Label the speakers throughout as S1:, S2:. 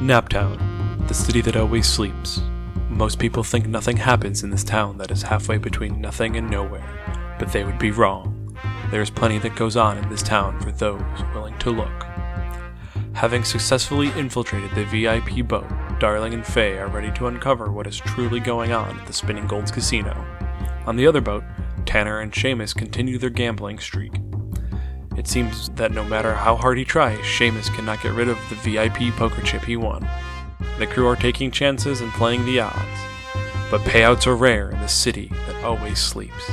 S1: Naptown, the city that always sleeps. Most people think nothing happens in this town that is halfway between nothing and nowhere, but they would be wrong. There is plenty that goes on in this town for those willing to look. Having successfully infiltrated the VIP boat, Darling and Faye are ready to uncover what is truly going on at the Spinning Golds Casino. On the other boat, Tanner and Seamus continue their gambling streak. It seems that no matter how hard he tries, Seamus cannot get rid of the VIP poker chip he won. The crew are taking chances and playing the odds, but payouts are rare in the city that always sleeps.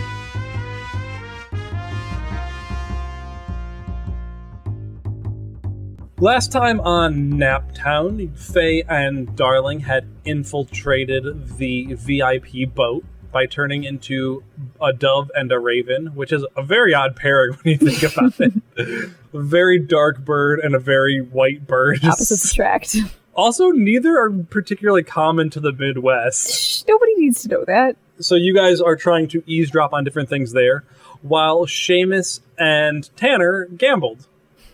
S2: Last time on Naptown, Faye and Darling had infiltrated the VIP boat by turning into a dove and a raven, which is a very odd pairing when you think about it. a very dark bird and a very white bird.
S3: Opposites attract.
S2: Also, neither are particularly common to the Midwest.
S3: Shh, Nobody needs to know that.
S2: So you guys are trying to eavesdrop on different things there, while Seamus and Tanner gambled.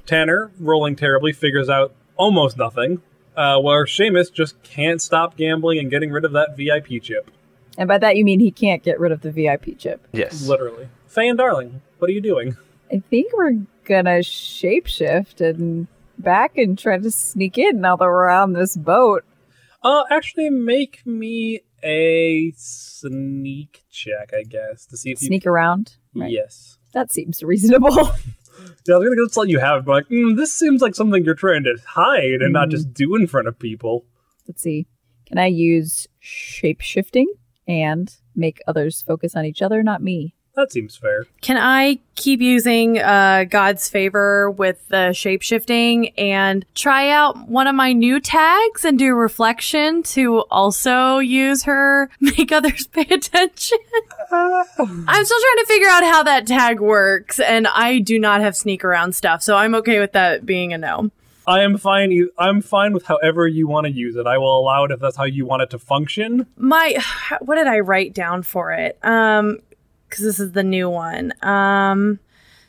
S2: Tanner, rolling terribly, figures out almost nothing, uh, where Seamus just can't stop gambling and getting rid of that VIP chip.
S3: And by that you mean he can't get rid of the VIP chip.
S4: Yes.
S2: Literally. Faye and Darling, what are you doing?
S3: I think we're gonna shapeshift and back and try to sneak in now that we're on this boat.
S2: Uh, actually, make me a sneak check, I guess, to see if
S3: Sneak around.
S2: you.
S3: Right.
S2: Yes.
S3: That seems reasonable.
S2: Yeah, I was gonna just let you have it, but like, mm, this seems like something you're trying to hide and not
S3: Mm.
S2: just do in front of people.
S3: Let's see. Can I use shapeshifting and make others focus on each other, not me?
S2: That seems fair.
S5: Can I keep using uh, God's favor with the shapeshifting and try out one of my new tags and do reflection to also use her, make others pay attention? I'm still trying to figure out how that tag works, and I do not have sneak around stuff, so I'm okay with that being a no.
S2: I am fine. e- I'm fine with however you want to use it. I will allow it if that's how you want it to function.
S5: My, what did I write down for it? Um, because this is the new one. Um,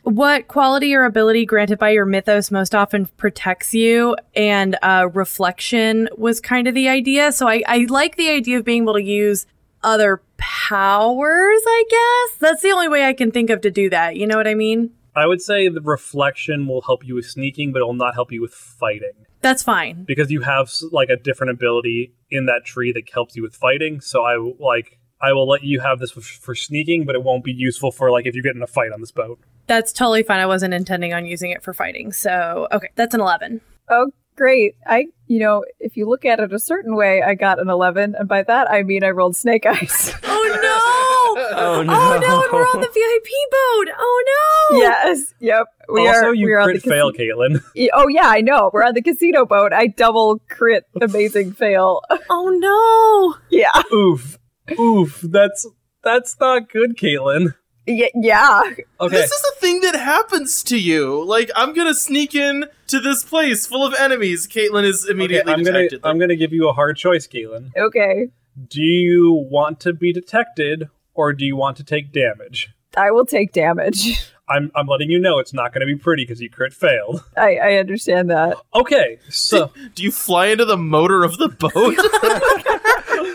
S5: what quality or ability granted by your mythos most often protects you? And uh, reflection was kind of the idea. So I, I like the idea of being able to use other powers. I guess that's the only way I can think of to do that. You know what I mean?
S2: I would say the reflection will help you with sneaking, but it will not help you with fighting
S5: That's fine.
S2: because you have s- like a different ability in that tree that helps you with fighting. So I w- like I will let you have this for, for sneaking, but it won't be useful for like if you get in a fight on this boat.
S5: That's totally fine. I wasn't intending on using it for fighting. So okay, that's an eleven.
S3: Oh, great. I, you know, if you look at it a certain way, I got an 11. And by that, I mean I rolled snake eyes.
S5: Oh no!
S4: Oh
S5: Oh no, and we're on the VIP boat. Oh no.
S3: yes. Yep. We
S2: also,
S3: are,
S2: you
S3: we are on
S2: crit
S3: the
S2: fail,
S3: casi-
S2: Caitlin.
S3: E- Oh, yeah, I know. We're on the casino boat. I double crit amazing fail.
S5: Oh
S3: yeah.
S2: oof, oof. That's that's not good, Caitlin.
S3: Y- yeah.
S2: Okay,
S4: This is a thing that happens to you. Like, I'm gonna sneak in to this place full of enemies. Caitlin is
S2: okay,
S4: immediately
S2: I'm gonna
S4: detected.
S2: I'm gonna give you a hard choice, Caitlin.
S3: Okay.
S2: Do you want to be detected or do you want to take damage?
S3: I will take damage.
S2: I'm I'm letting you know it's not going to be pretty because you crit failed.
S3: I, I understand that.
S2: Okay, so
S4: Do you fly into the motor of the boat?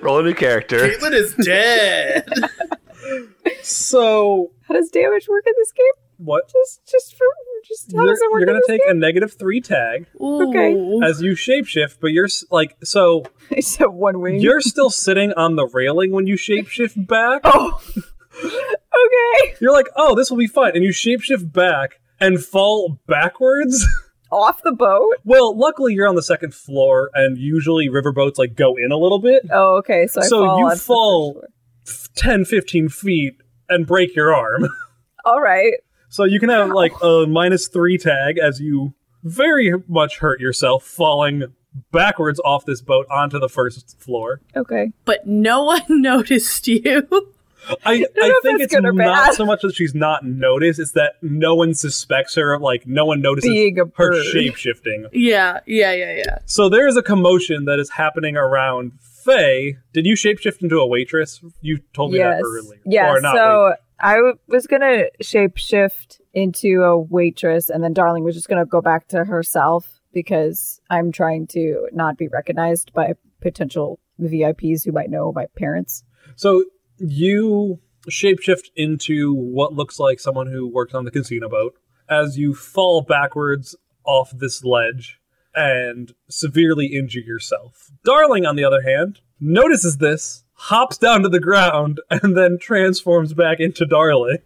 S6: Roll a new character.
S4: Caitlin is dead.
S2: so
S3: How does damage work in this game?
S2: what?
S3: Just, just for, just how
S2: You're,
S3: does it
S2: you're
S3: work? in
S2: gonna
S3: this
S2: take a negative three tag
S5: no. Ooh.
S3: Okay.
S2: as you shapeshift, but you're s- like so
S3: game? Except one wing.
S2: you're still sitting on the railing when you shapeshift back.
S3: Oh. okay.
S2: You're like, oh, this will be fun, and you shapeshift back and fall backwards.
S3: Off the boat.
S2: well, luckily you're on the second floor, and usually riverboats like go in a little bit.
S3: Oh, okay. So I
S2: So
S3: fall
S2: you
S3: onto the
S2: fall-
S3: first floor.
S2: 10 15 feet and break your arm
S3: All right.
S2: so you can have like a minus three tag as you very much hurt yourself falling backwards off this boat onto the first floor
S3: Okay.
S5: But no one noticed you.
S2: i, I,
S3: know if
S2: think
S3: that's
S2: it's
S3: good or
S2: not
S3: bad.
S2: so much that she's not noticed it's that no one suspects her like no one notices
S3: Being a
S2: her
S3: bird.
S2: shape shifting
S5: yeah, yeah, yeah, yeah.
S2: so there is a commotion that is happening around faye did you shapeshift into a waitress you told me
S3: yes.
S2: that earlier
S3: Yeah.
S2: or not
S3: So I w- was gonna shape shift into a waitress, and then Darling was just gonna go back to herself because I'm trying to not be recognized by potential VIPs who might know my parents.
S2: So you shapeshift into what looks like someone who works on the casino boat as you fall backwards off this ledge and severely injure yourself. Darling, on the other hand, notices this, hops down to the ground, and then transforms back into Darling.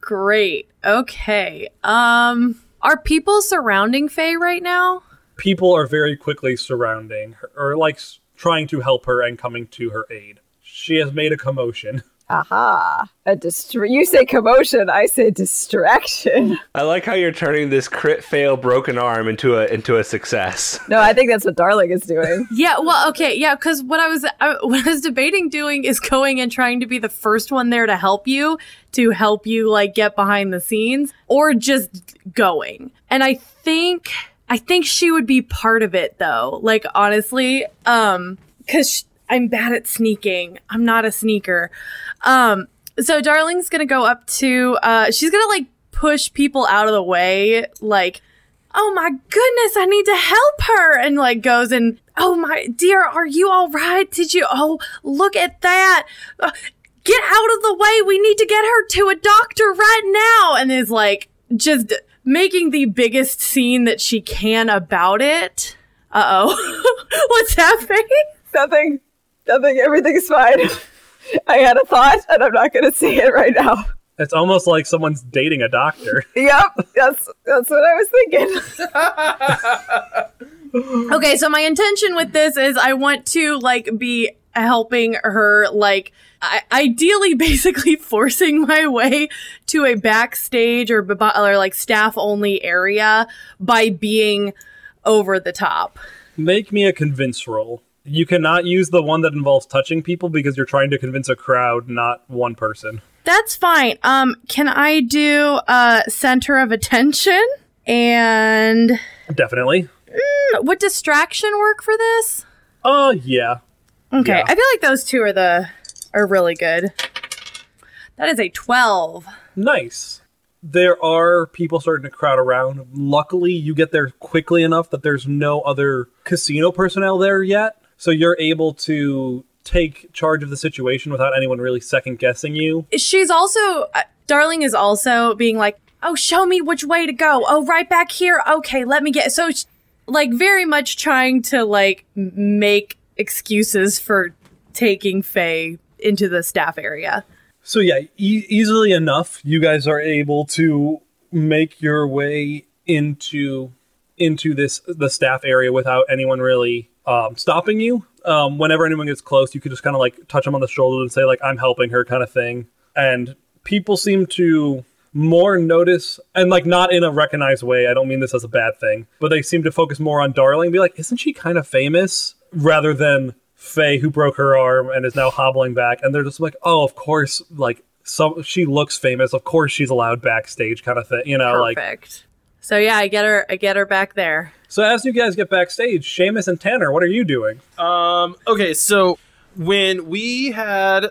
S5: Great. Okay. Um are people surrounding Faye right now?
S2: People are very quickly surrounding her, or like s- trying to help her and coming to her aid. She has made a commotion.
S3: Aha! A distra- You say commotion, I say distraction.
S6: I like how you're turning this crit fail broken arm into a into a success.
S3: No, I think that's what Darling is doing.
S5: Yeah, well, okay. Yeah, cuz what I was I, what I was debating doing is going and trying to be the first one there to help you, to help you like get behind the scenes or just going. And I think I think she would be part of it though. Like honestly, um cuz I'm bad at sneaking. I'm not a sneaker. Um so Darling's going to go up to uh she's going to like push people out of the way like oh my goodness, I need to help her. And like goes and, oh my dear, are you all right? Did you, oh, look at that. Uh, get out of the way. We need to get her to a doctor right now. And is like just making the biggest scene that she can about it. Uh oh. What's happening?
S3: Nothing. Nothing. Everything's fine. I had a thought, and I'm not going to say it right now.
S2: It's almost like someone's dating a doctor.
S3: Yep, that's that's what I was thinking.
S5: Okay, so my intention with this is I want to like be helping her like I- ideally basically forcing my way to a backstage or b- or like staff only area by being over the top.
S2: Make me a convince roll. You cannot use the one that involves touching people because you're trying to convince a crowd, not one person.
S5: That's fine. Um can I do uh center of attention and
S2: Definitely.
S5: would distraction work for this?
S2: Oh, yeah.
S5: Okay.
S2: Yeah.
S5: I feel like those two are the are really good. That is a 12.
S2: Nice. There are people starting to crowd around. Luckily, you get there quickly enough that there's no other casino personnel there yet. So you're able to take charge of the situation without anyone really second guessing you.
S5: she's also uh, darling is also being like oh show me which way to go oh right back here okay let me get so sh- like very much trying to like m- make excuses for taking faye into the staff area
S2: So yeah, e- easily enough, you guys are able to make your way into into this the staff area without anyone really um, stopping you. Um, whenever anyone gets close, you can just kind of like touch them on the shoulder and say like I'm helping her kind of thing. And people seem to more notice and like not in a recognized way. I don't mean this as a bad thing, but they seem to focus more on Darling, and be like, isn't she kind of famous? Rather than Faye, who broke her arm and is now hobbling back, and they're just like, oh, of course, like some she looks famous. Of course, she's allowed backstage, kind of thing. You know, like
S5: perfect so yeah i get her i get her back there
S2: so. As you guys get backstage, Seamus and Tanner, what are you doing?
S4: Um, okay, so when we had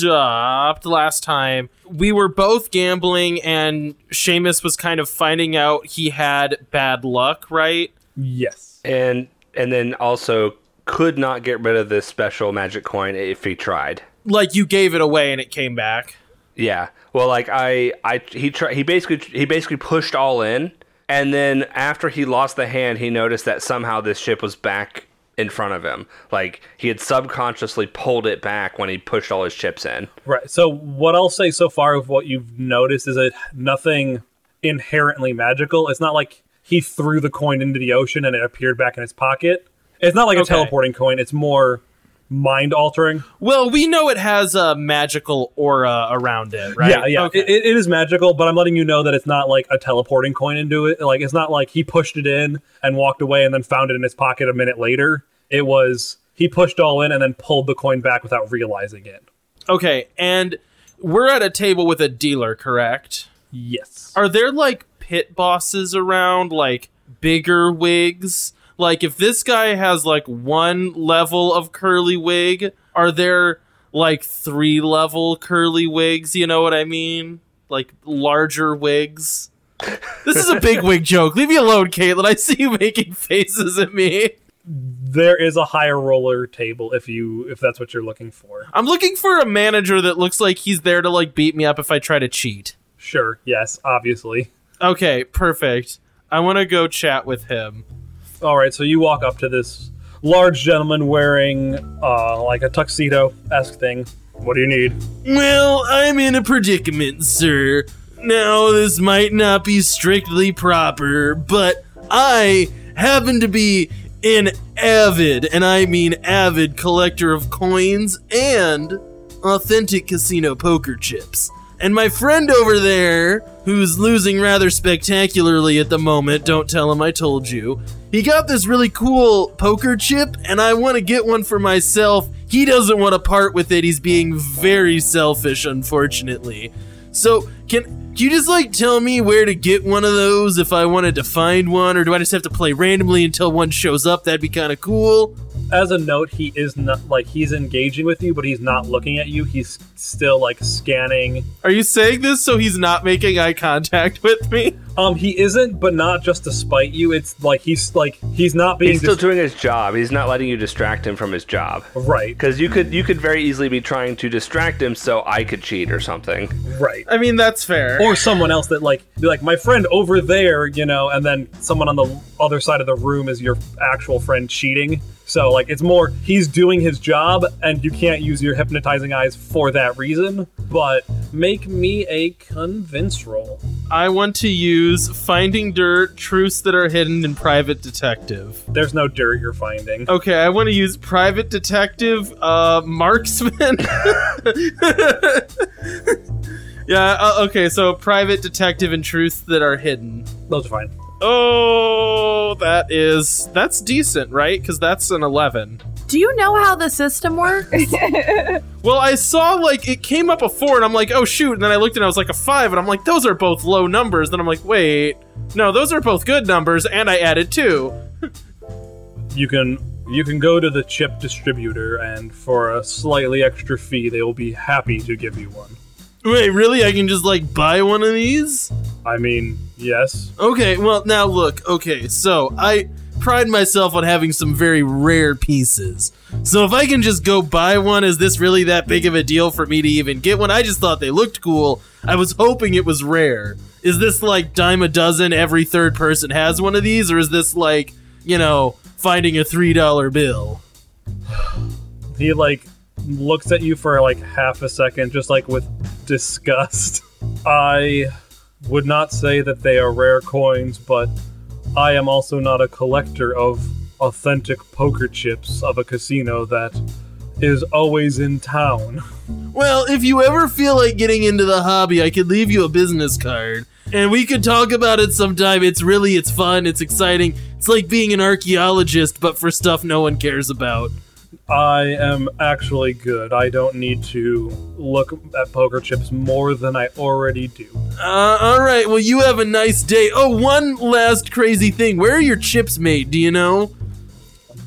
S4: stopped last time, we were both gambling and Seamus was kind of finding out he had bad luck, right?
S2: Yes.
S6: And and then also could not get rid of this special magic coin if he tried.
S4: Like you gave it away and it came back.
S6: Yeah. Well, like I, I he tried. He basically he basically pushed all in, and then after he lost the hand, he noticed that somehow this ship was back in front of him. Like he had subconsciously pulled it back when he pushed all his chips in.
S2: Right. So what I'll say so far of what you've noticed is that nothing inherently magical. It's not like he threw the coin into the ocean and it appeared back in his pocket. It's not like a
S4: Okay.
S2: teleporting coin. It's more mind altering.
S4: Well, we know it has a magical aura around it, right?
S2: Yeah, yeah.
S4: Okay.
S2: It, it is magical, but I'm letting you know that it's not like a teleporting coin into it. Like it's not like he pushed it in and walked away and then found it in his pocket a minute later. It was he pushed all in and then pulled the coin back without realizing it.
S4: okay, and we're at a table with a dealer, correct?
S2: Yes.
S4: Are there like pit bosses around, like bigger wigs? Like if this guy has like one level of curly wig, are there like three level curly wigs? You know what I mean? Like larger wigs. This is a big wig joke. Leave me alone, Caitlin. I see you making faces at me.
S2: There is a higher roller table if you if that's what you're looking for.
S4: I'm looking for a manager that looks like he's there to like beat me up if I try to cheat.
S2: Sure, yes, obviously.
S4: Okay, perfect. I want to go chat with him.
S2: All right, so you walk up to this large gentleman wearing uh, like a tuxedo esque thing. What do you need?
S4: Well, I'm in a predicament, sir. Now, this might not be strictly proper, but I happen to be an avid, and I mean avid, collector of coins and authentic casino poker chips. And my friend over there, who's losing rather spectacularly at the moment, don't tell him I told you, he got this really cool poker chip, and I want to get one for myself. He doesn't want to part with it. He's being very selfish, unfortunately. So, can, can you just like tell me where to get one of those if I wanted to find one, or do I just have to play randomly until one shows up? That'd be kind of cool.
S2: As a note, he is not like he's engaging with you, but he's not looking at you. He's still like scanning.
S4: Are you saying this so he's not making eye contact with me?
S2: Um, he isn't, but not just to spite you. It's like he's like he's not being
S6: He's still
S2: dis-
S6: doing his job. He's not letting you distract him from his job.
S2: right.
S6: Because you could you could very easily be trying to distract him so I could cheat or something.
S2: Right.
S4: I mean, that's fair.
S2: Or someone else that like be like my friend over there, you know, and then someone on the other side of the room is your actual friend cheating. So like it's more he's doing his job and you can't use your hypnotizing eyes for that reason. But make me a convince roll.
S4: I want to use finding dirt, truths that are hidden, and private detective.
S2: There's no dirt you're finding.
S4: Okay, I want to use private detective, uh, marksman. yeah, uh, okay, so private detective and truths that are hidden.
S2: Those are fine.
S4: Oh, that is. That's decent, right? Because that's an 11.
S5: Do you know how the system works?
S4: Well, I saw, like, it came up a 4, and I'm like, oh, shoot. And then I looked and I was like, a 5, and I'm like, those are both low numbers. Then I'm like, wait. No, those are both good numbers, and I added 2.
S2: you can you can go to the chip distributor and for a slightly extra fee they will be happy to give you one
S4: Wait, really? I can just, like, buy one of these?
S2: i mean yes
S4: Okay, well, now look. Okay, so I pride myself on having some very rare pieces. So if I can just go buy one, is this really that big of a deal for me to even get one? I just thought they looked cool. I was hoping it was rare. Is this like dime a dozen, every third person has one of these? Or is this like, you know, finding a $3 bill?
S2: he like looks at you for like half a second just like with disgust i would not say that they are rare coins but i am also not a collector of authentic poker chips of a casino that is always in town
S4: Well, if you ever feel like getting into the hobby, I could leave you a business card. And we could talk about it sometime. It's really it's fun, it's exciting. It's like being an archaeologist, but for stuff no one cares about.
S2: I am actually good. I don't need to look at poker chips more than I already do.
S4: Uh, all right, well you have a nice day. Oh, one last crazy thing. Where are your chips made, do you know?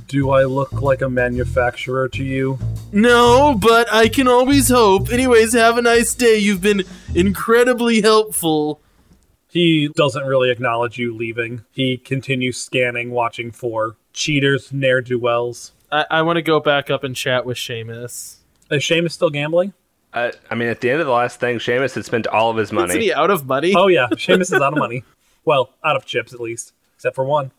S2: Do I look like a manufacturer to you?
S4: No, but I can always hope. Anyways, have a nice day. You've been incredibly helpful.
S2: He doesn't really acknowledge you leaving. He continues scanning, watching for cheaters, ne'er do wells.
S4: I, I want to go back up and chat with Seamus.
S2: Is Uh, Seamus still gambling?
S6: Uh, I mean, at the end of the last thing, Seamus had spent all of his money.
S4: Isn't he out of money?
S2: Oh, yeah. Seamus is out of money. Well, out of chips at least, except for one.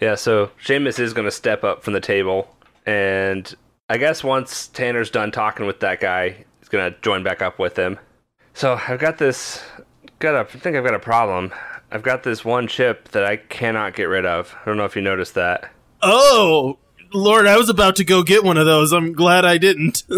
S6: Yeah, so Seamus is going to step up from the table. And I guess once Tanner's done talking with that guy, he's going to join back up with him. So I've got this. Got a, I think I've got a problem. I've got this one chip that I cannot get rid of. I don't know if you noticed that.
S4: Oh, Lord, I was about to go get one of those. I'm glad I didn't.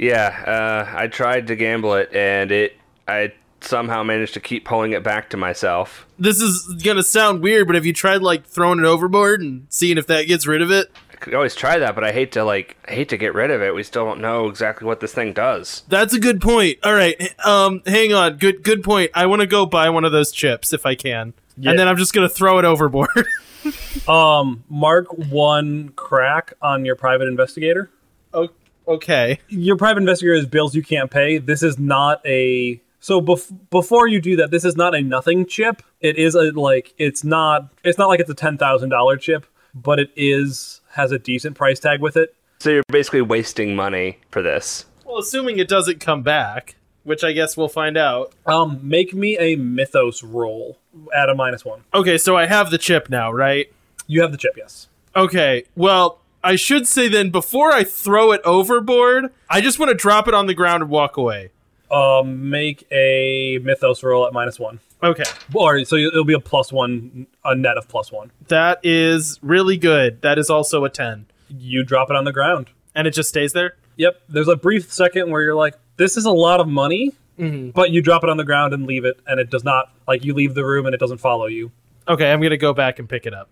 S6: Yeah, uh, I tried to gamble it, and it. I somehow managed to keep pulling it back to myself.
S4: this is going to sound weird, but have you tried, like, throwing it overboard and seeing if that gets rid of it?
S6: I could always try that, but I hate to like I hate to get rid of it. We still don't know exactly what this thing does.
S4: That's a good point. All right. h- Um, hang on. Good, good point. I want to go buy one of those chips if I can.
S2: Yeah.
S4: And then I'm just going to throw it overboard.
S2: Um, mark one crack on your private investigator.
S4: O- okay.
S2: your private investigator is bills you can't pay. This is not a So bef- before you do that, this is not a nothing chip. It is a like it's not it's not like it's a ten thousand dollar chip, but it is has a decent price tag with it.
S6: So you're basically wasting money for this.
S4: Well, assuming it doesn't come back, which I guess we'll find out.
S2: Um, make me a mythos roll at a minus one.
S4: Okay, so I have the chip now, right?
S2: You have the chip, yes.
S4: Okay, well, I should say then before I throw it overboard, I just want to drop it on the ground and walk away.
S2: Um, make a mythos roll at minus one.
S4: Okay,
S2: Or so it'll be a plus one, a net of plus one.
S4: that is really good. That is also a 10.
S2: You drop it on the ground.
S4: And it just stays there?
S2: Yep. There's a brief second where you're like, this is a lot of money, but you drop it on the ground and leave it, and it does not, like, you leave the room and it doesn't follow you.
S4: Okay, I'm going to go back and pick it up.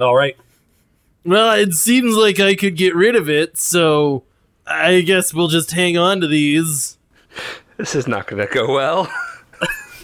S2: All right.
S4: Well, it seems like I could get rid of it, so I guess we'll just hang on to these.
S6: This is not going to go well.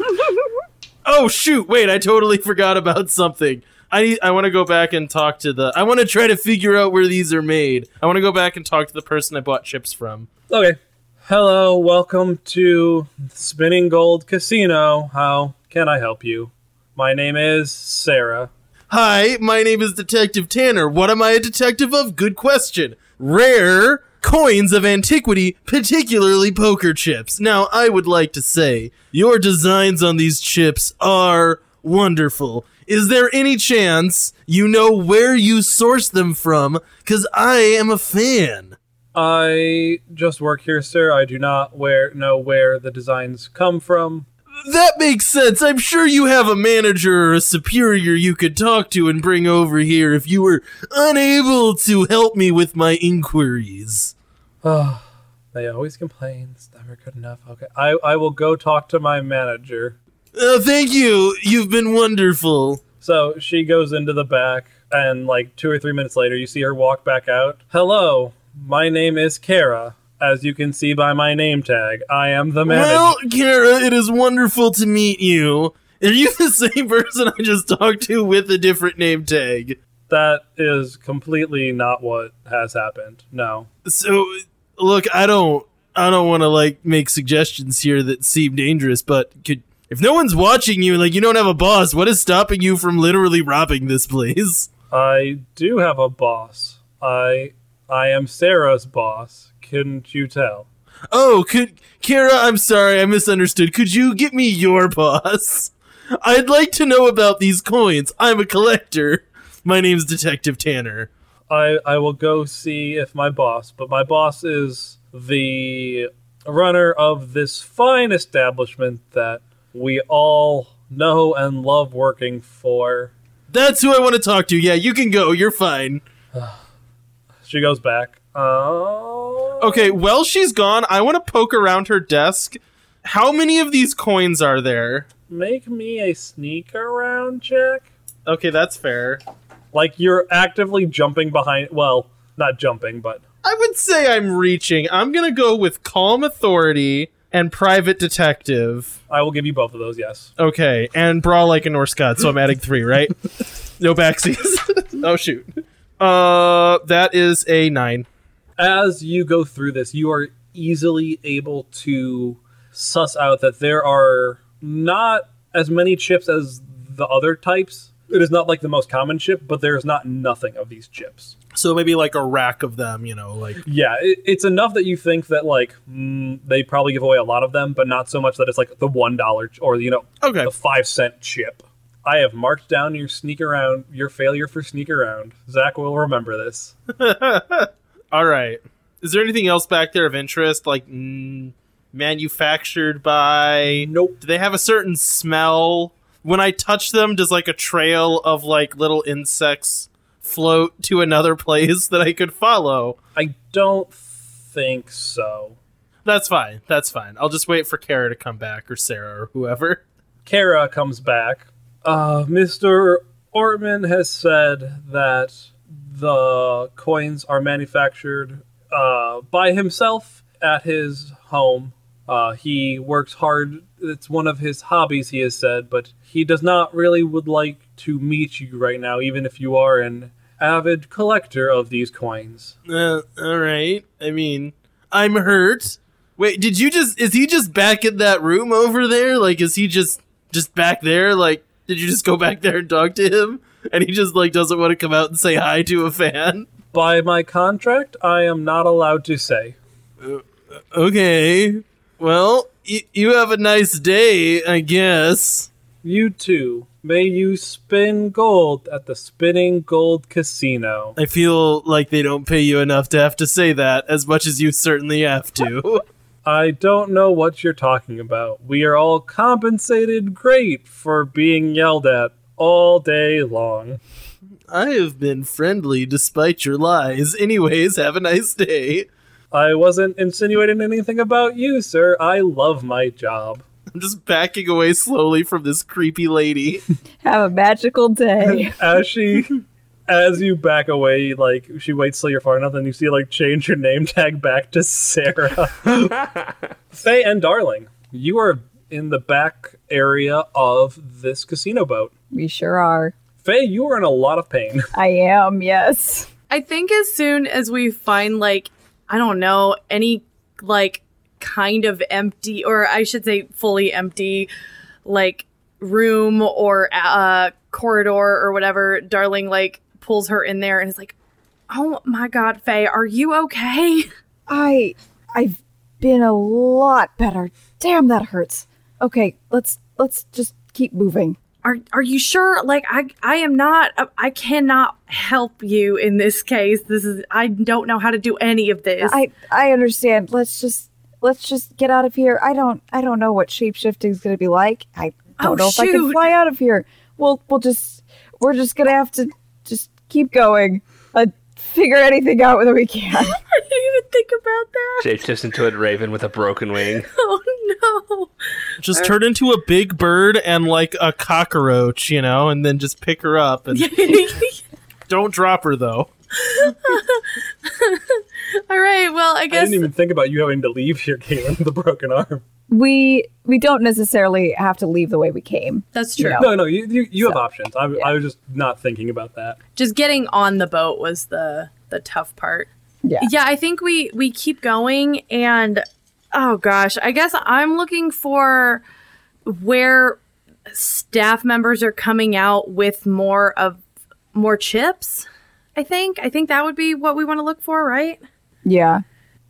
S4: Oh shoot, wait, I totally forgot about something. I need, I want to go back and talk to the I want to try to figure out where these are made. I want to go back and talk to the person I bought chips from.
S2: Okay. Hello. Welcome to Spinning Gold Casino. How can I help you? My name is Sarah.
S4: Hi, my name is Detective Tanner. What am I a detective of? Good question. Rare coins of antiquity, particularly poker chips. Now, I would like to say your designs on these chips are wonderful. Is there any chance you know where you source them from? Because I am a fan.
S2: I just work here, sir. I do not where know where the designs come from.
S4: That makes sense. I'm sure you have a manager or a superior you could talk to and bring over here if you were unable to help me with my inquiries.
S2: They always complain it's never good enough. Okay, I, I will go talk to my manager.
S4: Uh, thank you. You've been wonderful.
S2: So she goes into the back, and like two or three minutes later, you see her walk back out. Hello, my name is Kara. As you can see by my name tag, I am the manager.
S4: Well, Kara, it is wonderful to meet you. Are you the same person I just talked to with a different name tag?
S2: that is completely not what has happened. No.
S4: So, look, I don't, I don't want to like make suggestions here that seem dangerous, but could, if no one's watching you, like you don't have a boss, what is stopping you from literally robbing this place?
S2: I do have a boss. I I am Sarah's boss. Couldn't you tell?
S4: Oh, could Kara, I'm sorry, I misunderstood. Could you get me your boss? I'd like to know about these coins. I'm a collector. My name's Detective Tanner.
S2: I I will go see if my boss, but my boss is the runner of this fine establishment that we all know and love working for.
S4: That's who I want to talk to. Yeah, you can go. You're fine.
S2: She goes back. Oh.
S4: Okay, well, she's gone. I want to poke around her desk. How many of these coins are there?
S2: Make me a sneak around check.
S4: Okay, that's fair.
S2: Like you're actively jumping behind. Well, not jumping, but
S4: I would say I'm reaching. I'm going to go with Calm Authority and Private Detective.
S2: I will give you both of those. Yes.
S4: Okay, and Brawl Like a Norse God, so I'm adding three, right? no backsies. oh, shoot. Uh, that is a nine.
S2: as you go through this, you are easily able to suss out that there are not as many chips as the other types. It is not like the most common chip, but there is not nothing of these chips.
S4: So maybe like a rack of them, you know, like.
S2: Yeah, it, it's enough that you think that like mm, they probably give away a lot of them, but not so much that it's like the one dollar ch- or you know
S4: Okay.
S2: the five cent chip. I have marked down your sneak around, your failure for sneak around. Zach will remember this.
S4: All right. Is there anything else back there of interest? Like mm, manufactured by?
S2: Nope.
S4: Do they have a certain smell? When I touch them, does like a trail of like little insects float to another place that I could follow?
S2: I don't think so.
S4: That's fine. That's fine. I'll just wait for Kara to come back or Sarah or whoever.
S2: Kara comes back. Uh, Mr. Ortman has said that the coins are manufactured uh, by himself at his home. Uh, he works hard. It's one of his hobbies, he has said, but he does not really would like to meet you right now, even if you are an avid collector of these coins.
S4: Uh, all right. I mean, I'm hurt. Wait, did you just? Is he just back in that room over there? Like, is he just just back there? Like, did you just go back there and talk to him? And he just like doesn't want to come out and say hi to a fan.
S2: By my contract, I am not allowed to say.
S4: Okay. Well, y- you have a nice day, I guess.
S2: You too. May you spin gold at the Spinning Gold Casino.
S4: I feel like they don't pay you enough to have to say that as much as you certainly have to.
S2: I don't know what you're talking about. We are all compensated great for being yelled at all day long.
S4: I have been friendly despite your lies. Anyways, have a nice day.
S2: I wasn't insinuating anything about you, sir. I love my job.
S4: I'm just backing away slowly from this creepy lady.
S3: Have a magical day.
S2: As she. As you back away, like she waits till you're far enough, and you see her, like change your name tag back to Sarah. Faye and Darling, you are in the back area of this casino boat.
S3: we sure are.
S2: Faye, you are in a lot of pain.
S3: I am, yes.
S5: I think as soon as we find like I don't know any like kind of empty or I should say fully empty like room or uh corridor or whatever darling like pulls her in there and is like oh my god Faye are you okay
S3: I I've been a lot better. Damn that hurts. Okay, let's let's just keep moving.
S5: are are you sure like I I am not I cannot help you in this case this is I don't know how to do any of this
S3: I I understand. Let's just let's just get out of here. I don't I don't know what shapeshifting is going to be like. I don't
S5: Oh,
S3: know if I can
S5: shoot.
S3: fly out of here. We'll we'll just we're just going to have to just keep going. Uh, figure anything out whether we can.
S5: I didn't even think about that
S6: Shape shifts into a raven with a broken wing.
S5: oh no
S3: Uh,
S4: Just turn into a big bird and like a cockroach, you know, and then just pick her up and don't drop her though.
S5: All right. Well, I
S2: I
S5: guess
S2: didn't even think about you having to leave here, Caitlin, with a broken arm.
S3: we we don't necessarily have to leave the way we came.
S5: that's
S3: you
S5: true.
S3: know.
S2: No, no, you you, you have options. I, I was just not thinking about that.
S5: Just getting on the boat was the the tough part.
S3: Yeah.
S5: Yeah, I think we we keep going and oh gosh, I guess I'm looking for where staff members are coming out with more of more chips. I think I think that would be what we want to look for, right?
S3: Yeah.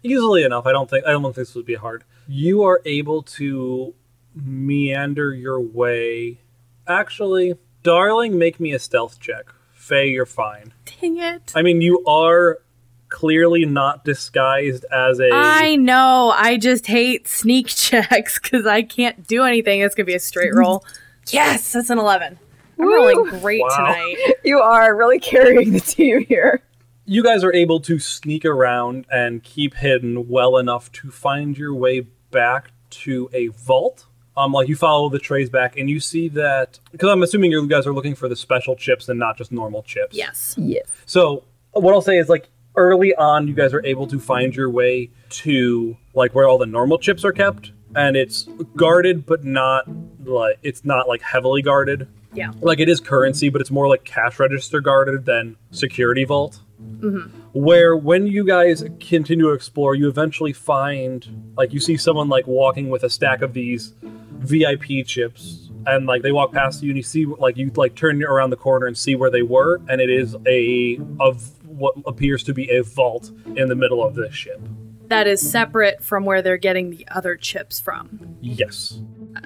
S2: Easily enough, I don't think I don't think this would be hard. You are able to meander your way. Actually, darling, make me a stealth check. Faye, you're fine.
S5: Dang it.
S2: I mean, you are clearly not disguised as a.
S5: I know. I just hate sneak checks because I can't do anything. That's gonna be a straight roll. Yes, that's an eleven. I'm
S3: Woo.
S5: rolling great
S2: Wow.
S5: tonight.
S3: You are really carrying the team here.
S2: you guys are able to sneak around and keep hidden well enough to find your way back to a vault. Um, like you follow the trays back, and you see that because I'm assuming you guys are looking for the special chips and not just normal chips.
S5: Yes.
S3: Yes.
S2: So what I'll say is like early on, you guys are able to find your way to like where all the normal chips are kept, and it's guarded, but not like it's not like heavily guarded.
S5: Yeah.
S2: Like it is currency, but it's more like cash register guarded than security vault. Where when you guys continue to explore, you eventually find like you see someone like walking with a stack of these VIP chips, and like they walk past you, and you see like you like turn around the corner and see where they were, and it is a of what appears to be a vault in the middle of this ship.
S5: That is separate from where they're getting the other chips from.
S2: Yes,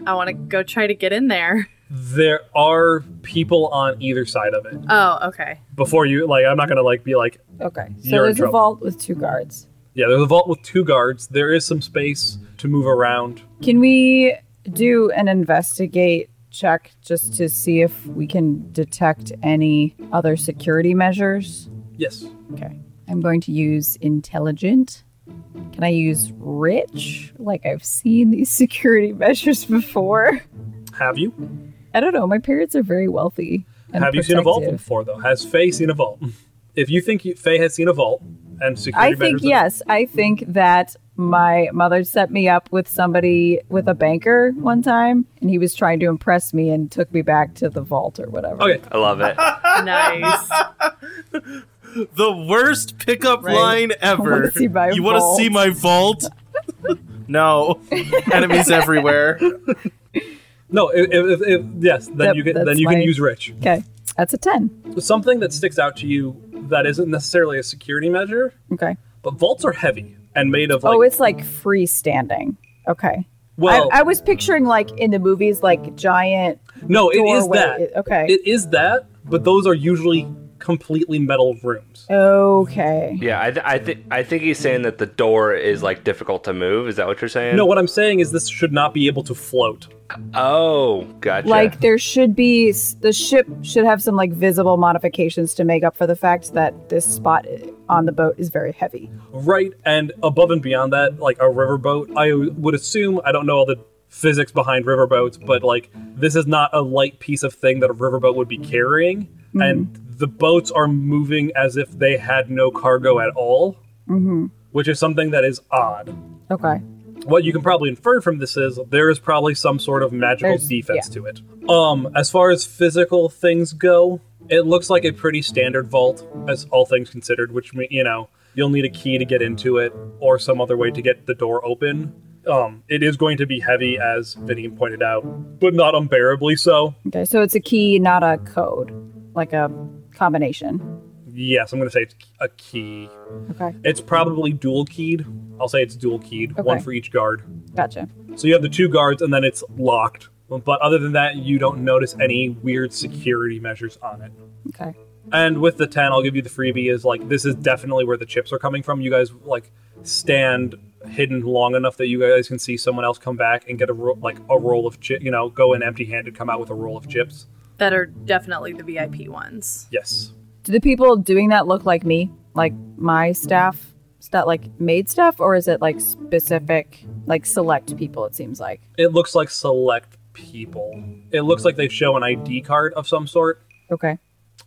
S5: I want to go try to get in there.
S2: there are people on either side of it.
S5: Oh, okay.
S2: Before you like, I'm not gonna like be like
S3: Okay. So
S2: You're in
S3: there's a
S2: trouble.
S3: vault with two guards.
S2: Yeah, there's a vault with two guards. There is some space to move around.
S3: Can we do an investigate check just to see if we can detect any other security measures?
S2: Yes.
S3: Okay. I'm going to use intelligent. Can I use rich? Like I've seen these security measures before.
S2: Have you?
S3: I don't know. My parents are very wealthy. and
S2: Have you seen a vault
S3: protective.
S2: before, though? Has Faye seen a vault? If you think you, Faye has seen a vault and security
S3: I think
S2: measures-
S3: yes. I think that my mother set me up with somebody with a banker one time, and he was trying to impress me and took me back to the vault or whatever.
S2: Okay,
S6: I love it.
S5: Nice.
S4: The worst pickup
S3: Right.
S4: line ever.
S3: see my
S4: you wanna
S3: vault.
S4: see my vault? No, enemies everywhere.
S2: No, if, if, if, if- yes, then
S3: Yep,
S2: you get then
S3: that's
S2: you can
S3: my-
S2: use rich.
S3: Okay, that's a ten.
S2: Something that sticks out to you that isn't necessarily a security measure,
S3: Okay.
S2: but vaults are heavy and made of like
S3: oh, it's like freestanding. Okay.
S2: well,
S3: I, I was picturing like in the movies, like giant.
S2: no, it is
S3: doorway.
S2: that.
S3: It- okay.
S2: It is that, but those are usually completely metal rooms.
S3: Okay.
S6: Yeah, I, th- I think I think he's saying that the door is like difficult to move. Is that what you're saying?
S2: No, what I'm saying is this should not be able to float.
S6: Oh, gotcha.
S3: Like there should be s- the ship should have some like visible modifications to make up for the fact that this spot i- on the boat is very heavy.
S2: Right, and above and beyond that, like a riverboat, I would assume, I don't know all the physics behind riverboats, but like this is not a light piece of thing that a riverboat would be carrying. And the boats are moving as if they had no cargo at all, mm-hmm. which is something that is odd.
S3: Okay.
S2: What you can probably infer from this is there is probably some sort of magical
S3: There's-
S2: defense to it. Um, as far as physical things go, it looks like a pretty standard vault, as all things considered. Which me- you know, you'll need a key to get into it, or some other way to get the door open. Um, it is going to be heavy, as Vinny pointed out, but not unbearably so.
S3: Okay. So it's a key, not a code, like a combination.
S2: Yes, I'm going to say it's a key.
S3: Okay.
S2: It's probably dual keyed. I'll say it's dual keyed, one
S3: Okay.
S2: for each guard.
S3: Gotcha.
S2: So you have the two guards, and then it's locked. But other than that, you don't notice any weird security measures on it.
S3: Okay.
S2: And with the ten, I'll give you the freebie. Is like this is definitely where the chips are coming from. You guys like stand hidden long enough that you guys can see someone else come back and get a ro- like a roll of chip. You know, go in empty-handed, come out with a roll of chips.
S5: that are definitely the VIP ones.
S2: Yes.
S3: Do the people doing that look like me, like my staff? Is that like maid staff, or is it like specific, like select people? It seems like.
S2: It looks like select people. It looks like they show an ID card of some sort.
S3: Okay.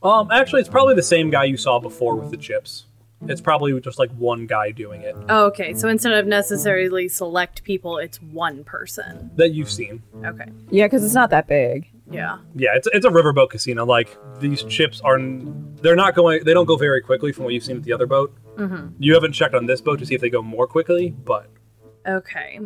S2: Um, actually, it's probably the same guy you saw before with the chips. It's probably just like one guy doing it
S5: Oh, okay, so instead of necessarily select people, it's one person.
S2: that you've seen.
S5: Okay,
S3: Yeah, because it's not that big.
S5: yeah.
S2: Yeah, it's, it's a riverboat casino. Like these chips are, n- they're not going. They don't go very quickly from what you've seen with the other boat.
S3: Mm-hmm.
S2: You haven't checked on this boat to see if they go more quickly, but
S5: Okay.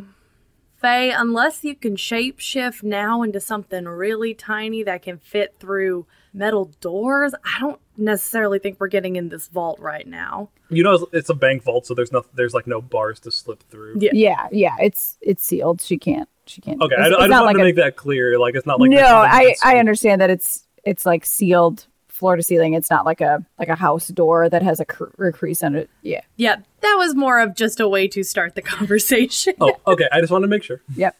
S5: Faye, unless you can shapeshift now into something really tiny that can fit through metal doors, I don't necessarily think we're getting in this vault right now.
S2: you know it's a bank vault, so there's nothing. There's like no bars to slip through.
S5: Yeah.
S3: Yeah, yeah, it's it's sealed. She can't. She can't.
S2: Okay,
S3: it's,
S2: I, I
S3: it's
S2: just wanted
S3: not like
S2: to
S3: a-
S2: make that clear. Like it's not like
S3: no,
S2: this is a
S3: I
S2: massive-
S3: I understand that it's it's like sealed floor to ceiling. It's not like a like a house door that has a, cr- a crease under it. Yeah.
S5: Yeah, that was more of just a way to start the conversation.
S2: Oh, okay. I just wanted to make sure.
S3: Yep.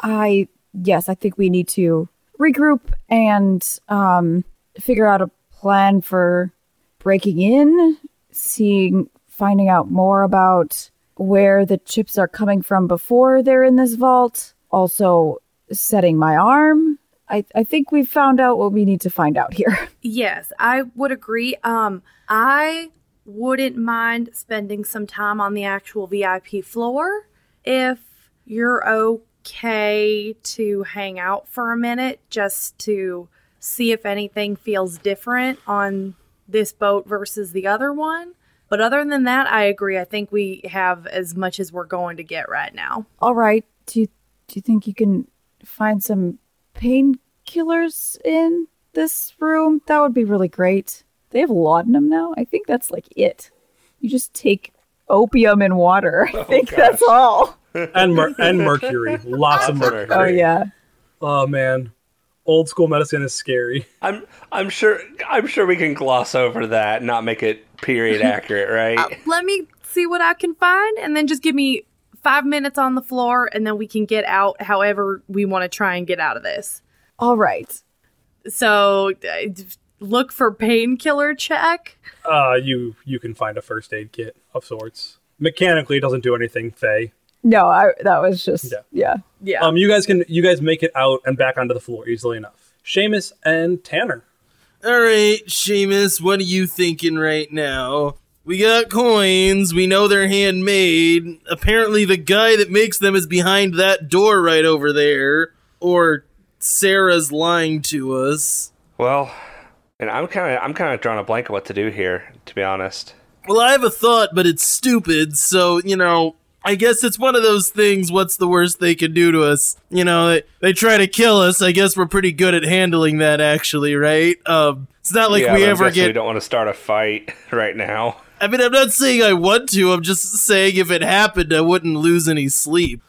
S3: I yes, I think we need to regroup and um figure out a plan for breaking in, seeing finding out more about where the chips are coming from before they're in this vault. Also setting my arm. I, I think we've found out what we need to find out here.
S5: Yes, I would agree. Um, I wouldn't mind spending some time on the actual VIP floor if you're okay to hang out for a minute just to see if anything feels different on this boat versus the other one. But other than that, I agree. I think we have as much as we're going to get right now.
S3: All right. Do you, do you think you can find some painkillers in this room? That would be really great. They have laudanum now. I think that's like it. You just take opium and water. I think that's all.
S2: And mer- and mercury, lots of mercury.
S3: Oh yeah.
S2: Oh man, old school medicine is scary.
S6: I'm I'm sure I'm sure we can gloss over that, and not make it period accurate,
S3: Uh,
S6: right?
S5: Let me see what I can find and then just give me five minutes on the floor and then we can get out however we want to try and get out of this.
S3: All right.
S5: So uh, d- look for painkiller check.
S2: Uh, you you can find a first aid kit of sorts. Mechanically, it doesn't do anything, Faye.
S3: No, I that was just
S2: Yeah.
S3: yeah.
S5: Yeah.
S2: Um, you guys can you guys make it out and back onto the floor easily enough. Seamus and Tanner.
S4: All right, Seamus, what are you thinking right now? We got coins. We know they're handmade. Apparently, the guy that makes them is behind that door right over there. Or Sarah's lying to us.
S6: Well, and I'm kind of I'm kind of drawing a blank on what to do here, to be honest.
S4: Well, I have a thought, but it's stupid, so, you know, I guess it's one of those things. What's the worst they can do to us? You know, they, they try to kill us. I guess we're pretty good at handling that, actually, right? Um, it's not like
S6: yeah,
S4: we
S6: but I'm
S4: ever
S6: guessing
S4: get.
S6: We don't want to start a fight right now.
S4: I mean, I'm not saying I want to. I'm just saying if it happened, I wouldn't lose any sleep.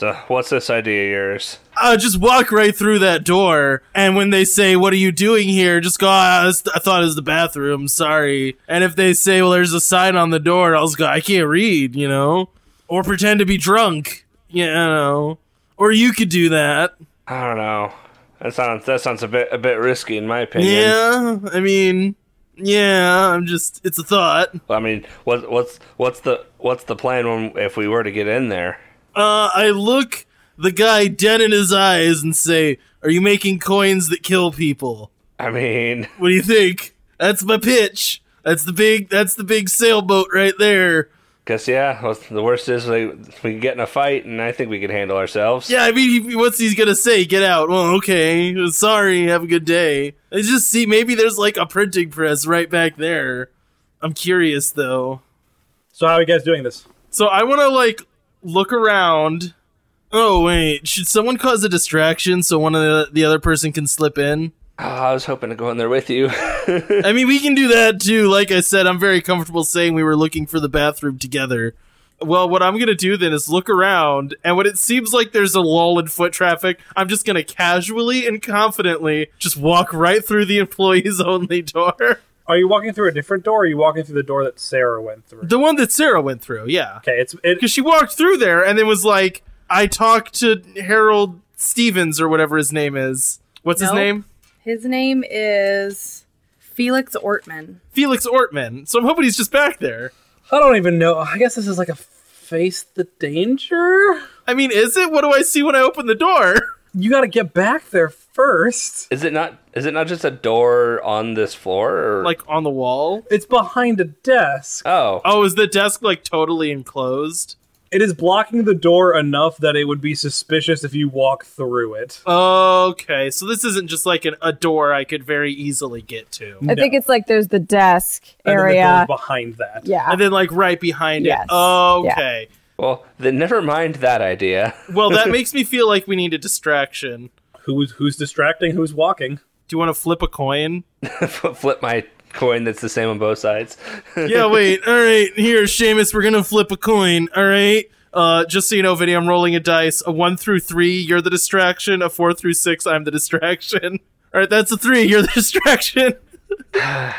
S6: So, what's this idea of yours?
S4: Uh, just walk right through that door, and when they say, "What are you doing here?" Just go. Ah, this- I thought it was the bathroom. Sorry. And if they say, "Well, there's a sign on the door," I'll just go. I can't read, you know, or pretend to be drunk, you know, or you could do that.
S6: I don't know. That sounds that sounds a bit a bit risky in my opinion.
S4: Yeah, I mean, yeah. I'm just. It's a thought.
S6: I mean, what, what's what's the what's the plan when if we were to get in there?
S4: Uh, I look the guy dead in his eyes and say, "Are you making coins that kill people?"
S6: I mean,
S4: What do you think? That's my pitch. That's the big. That's the big sailboat right there.
S6: guess yeah. what's- The worst is we we could get in a fight, and I think we could handle ourselves.
S4: Yeah, I mean, he, what's he gonna say? Get out. Well, okay. Sorry. Have a good day. I just see maybe there's like a printing press right back there. I'm curious though.
S2: So how are you guys doing this?
S4: So I want to like look around. Oh wait, should someone cause a distraction so one of the, the other person can slip in?
S6: Oh, I was hoping to go in there with you.
S4: I mean, we can do that too. Like I said, I'm very comfortable saying we were looking for the bathroom together. Well, what I'm going to do then is look around, and when it seems like there's a lull in foot traffic, I'm just going to casually and confidently just walk right through the employees only door.
S2: Are you walking through a different door? Or are you walking through the door that Sarah went through?
S4: The one that Sarah went through, yeah.
S2: Okay, it's it,
S4: Because she walked through there and then was like, I talked to Harold Stevens or whatever his name is. What's his
S5: Nope.
S4: name?
S5: His name is Felix Ortman.
S4: Felix Ortman. So I'm hoping he's just back there.
S2: I don't even know. I guess this is like a face the danger.
S4: I mean, is it? What do I see when I open the door?
S2: You got to get back there first.
S6: is it not? Is it not just a door on this floor? Or?
S4: like on the wall.
S2: It's behind a desk.
S6: oh,
S4: Oh, is the desk like totally enclosed?
S2: It is blocking the door enough that it would be suspicious if you walk through it.
S4: Okay, so this isn't just like an, a door I could very easily get to.
S3: I think it's like there's the desk
S2: And then the
S3: area.
S2: door behind that.
S3: Yeah.
S4: And then like right behind
S3: Yes.
S4: it. Okay.
S6: well, then never mind that idea.
S4: Well, that makes me feel like we need a distraction.
S2: Who's who's distracting? Who's walking?
S4: Do you want to flip a coin?
S6: Flip my coin that's the same on both sides.
S4: yeah, wait. All right, here, Seamus, we're gonna flip a coin. All right. Uh, just so you know, Vinny, I'm rolling a dice. A one through three, you're the distraction. A four through six, I'm the distraction. All right, that's a three. You're the distraction.
S6: All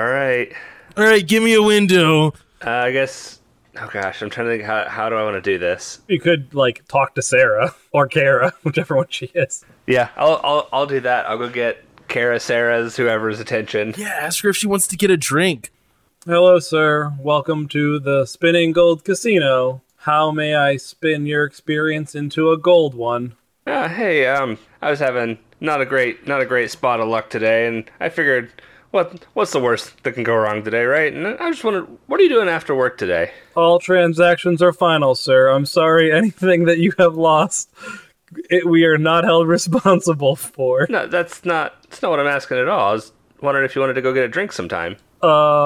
S6: right.
S4: All right, give me a window.
S6: Uh, I guess. Oh gosh, I'm trying to think. How, how do I want to do this?
S2: You could like talk to Sarah or Kara, whichever one she is.
S6: Yeah, I'll I'll, I'll do that. I'll go get Kara, Sarah's, whoever's attention.
S4: Yeah, ask her if she wants to get a drink.
S2: Hello, sir. Welcome to the Spinning Gold Casino. How may I spin your experience into a gold one?
S6: Uh, hey, um, I was having not a great not a great spot of luck today, and I figured, what what's the worst that can go wrong today, right? And I just wondered, what are you doing after work today?
S2: All transactions are final, sir. I'm sorry anything that you have lost, it, we are not held responsible for.
S6: No, that's not that's not what I'm asking at all. I was wondering if you wanted to go get a drink sometime.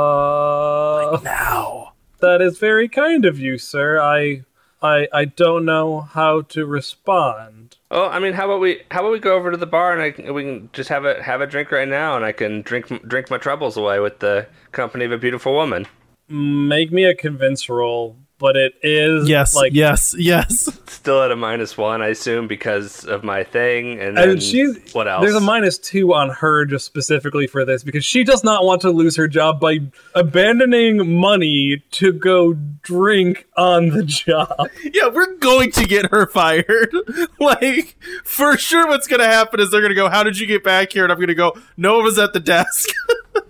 S2: Uh, now. That is very kind of you, sir. I, I, I don't know how to respond.
S6: Oh, I mean, how about we how about we go over to the bar and I, can- we can just have a have a drink right now, and I can drink m- drink my troubles away with the company of a beautiful woman.
S2: Make me a convince roll, but it is
S4: Yes,
S2: like
S4: yes, yes.
S6: Still at a minus one, I assume, because of my thing, and, then
S2: And she's
S6: what else?
S2: There's a minus two on her just specifically for this because she does not want to lose her job by abandoning money to go drink on the job.
S4: Yeah, we're going to get her fired. like, for sure, what's going to happen is they're going to go, How did you get back here? And I'm going to go, No one was at the desk.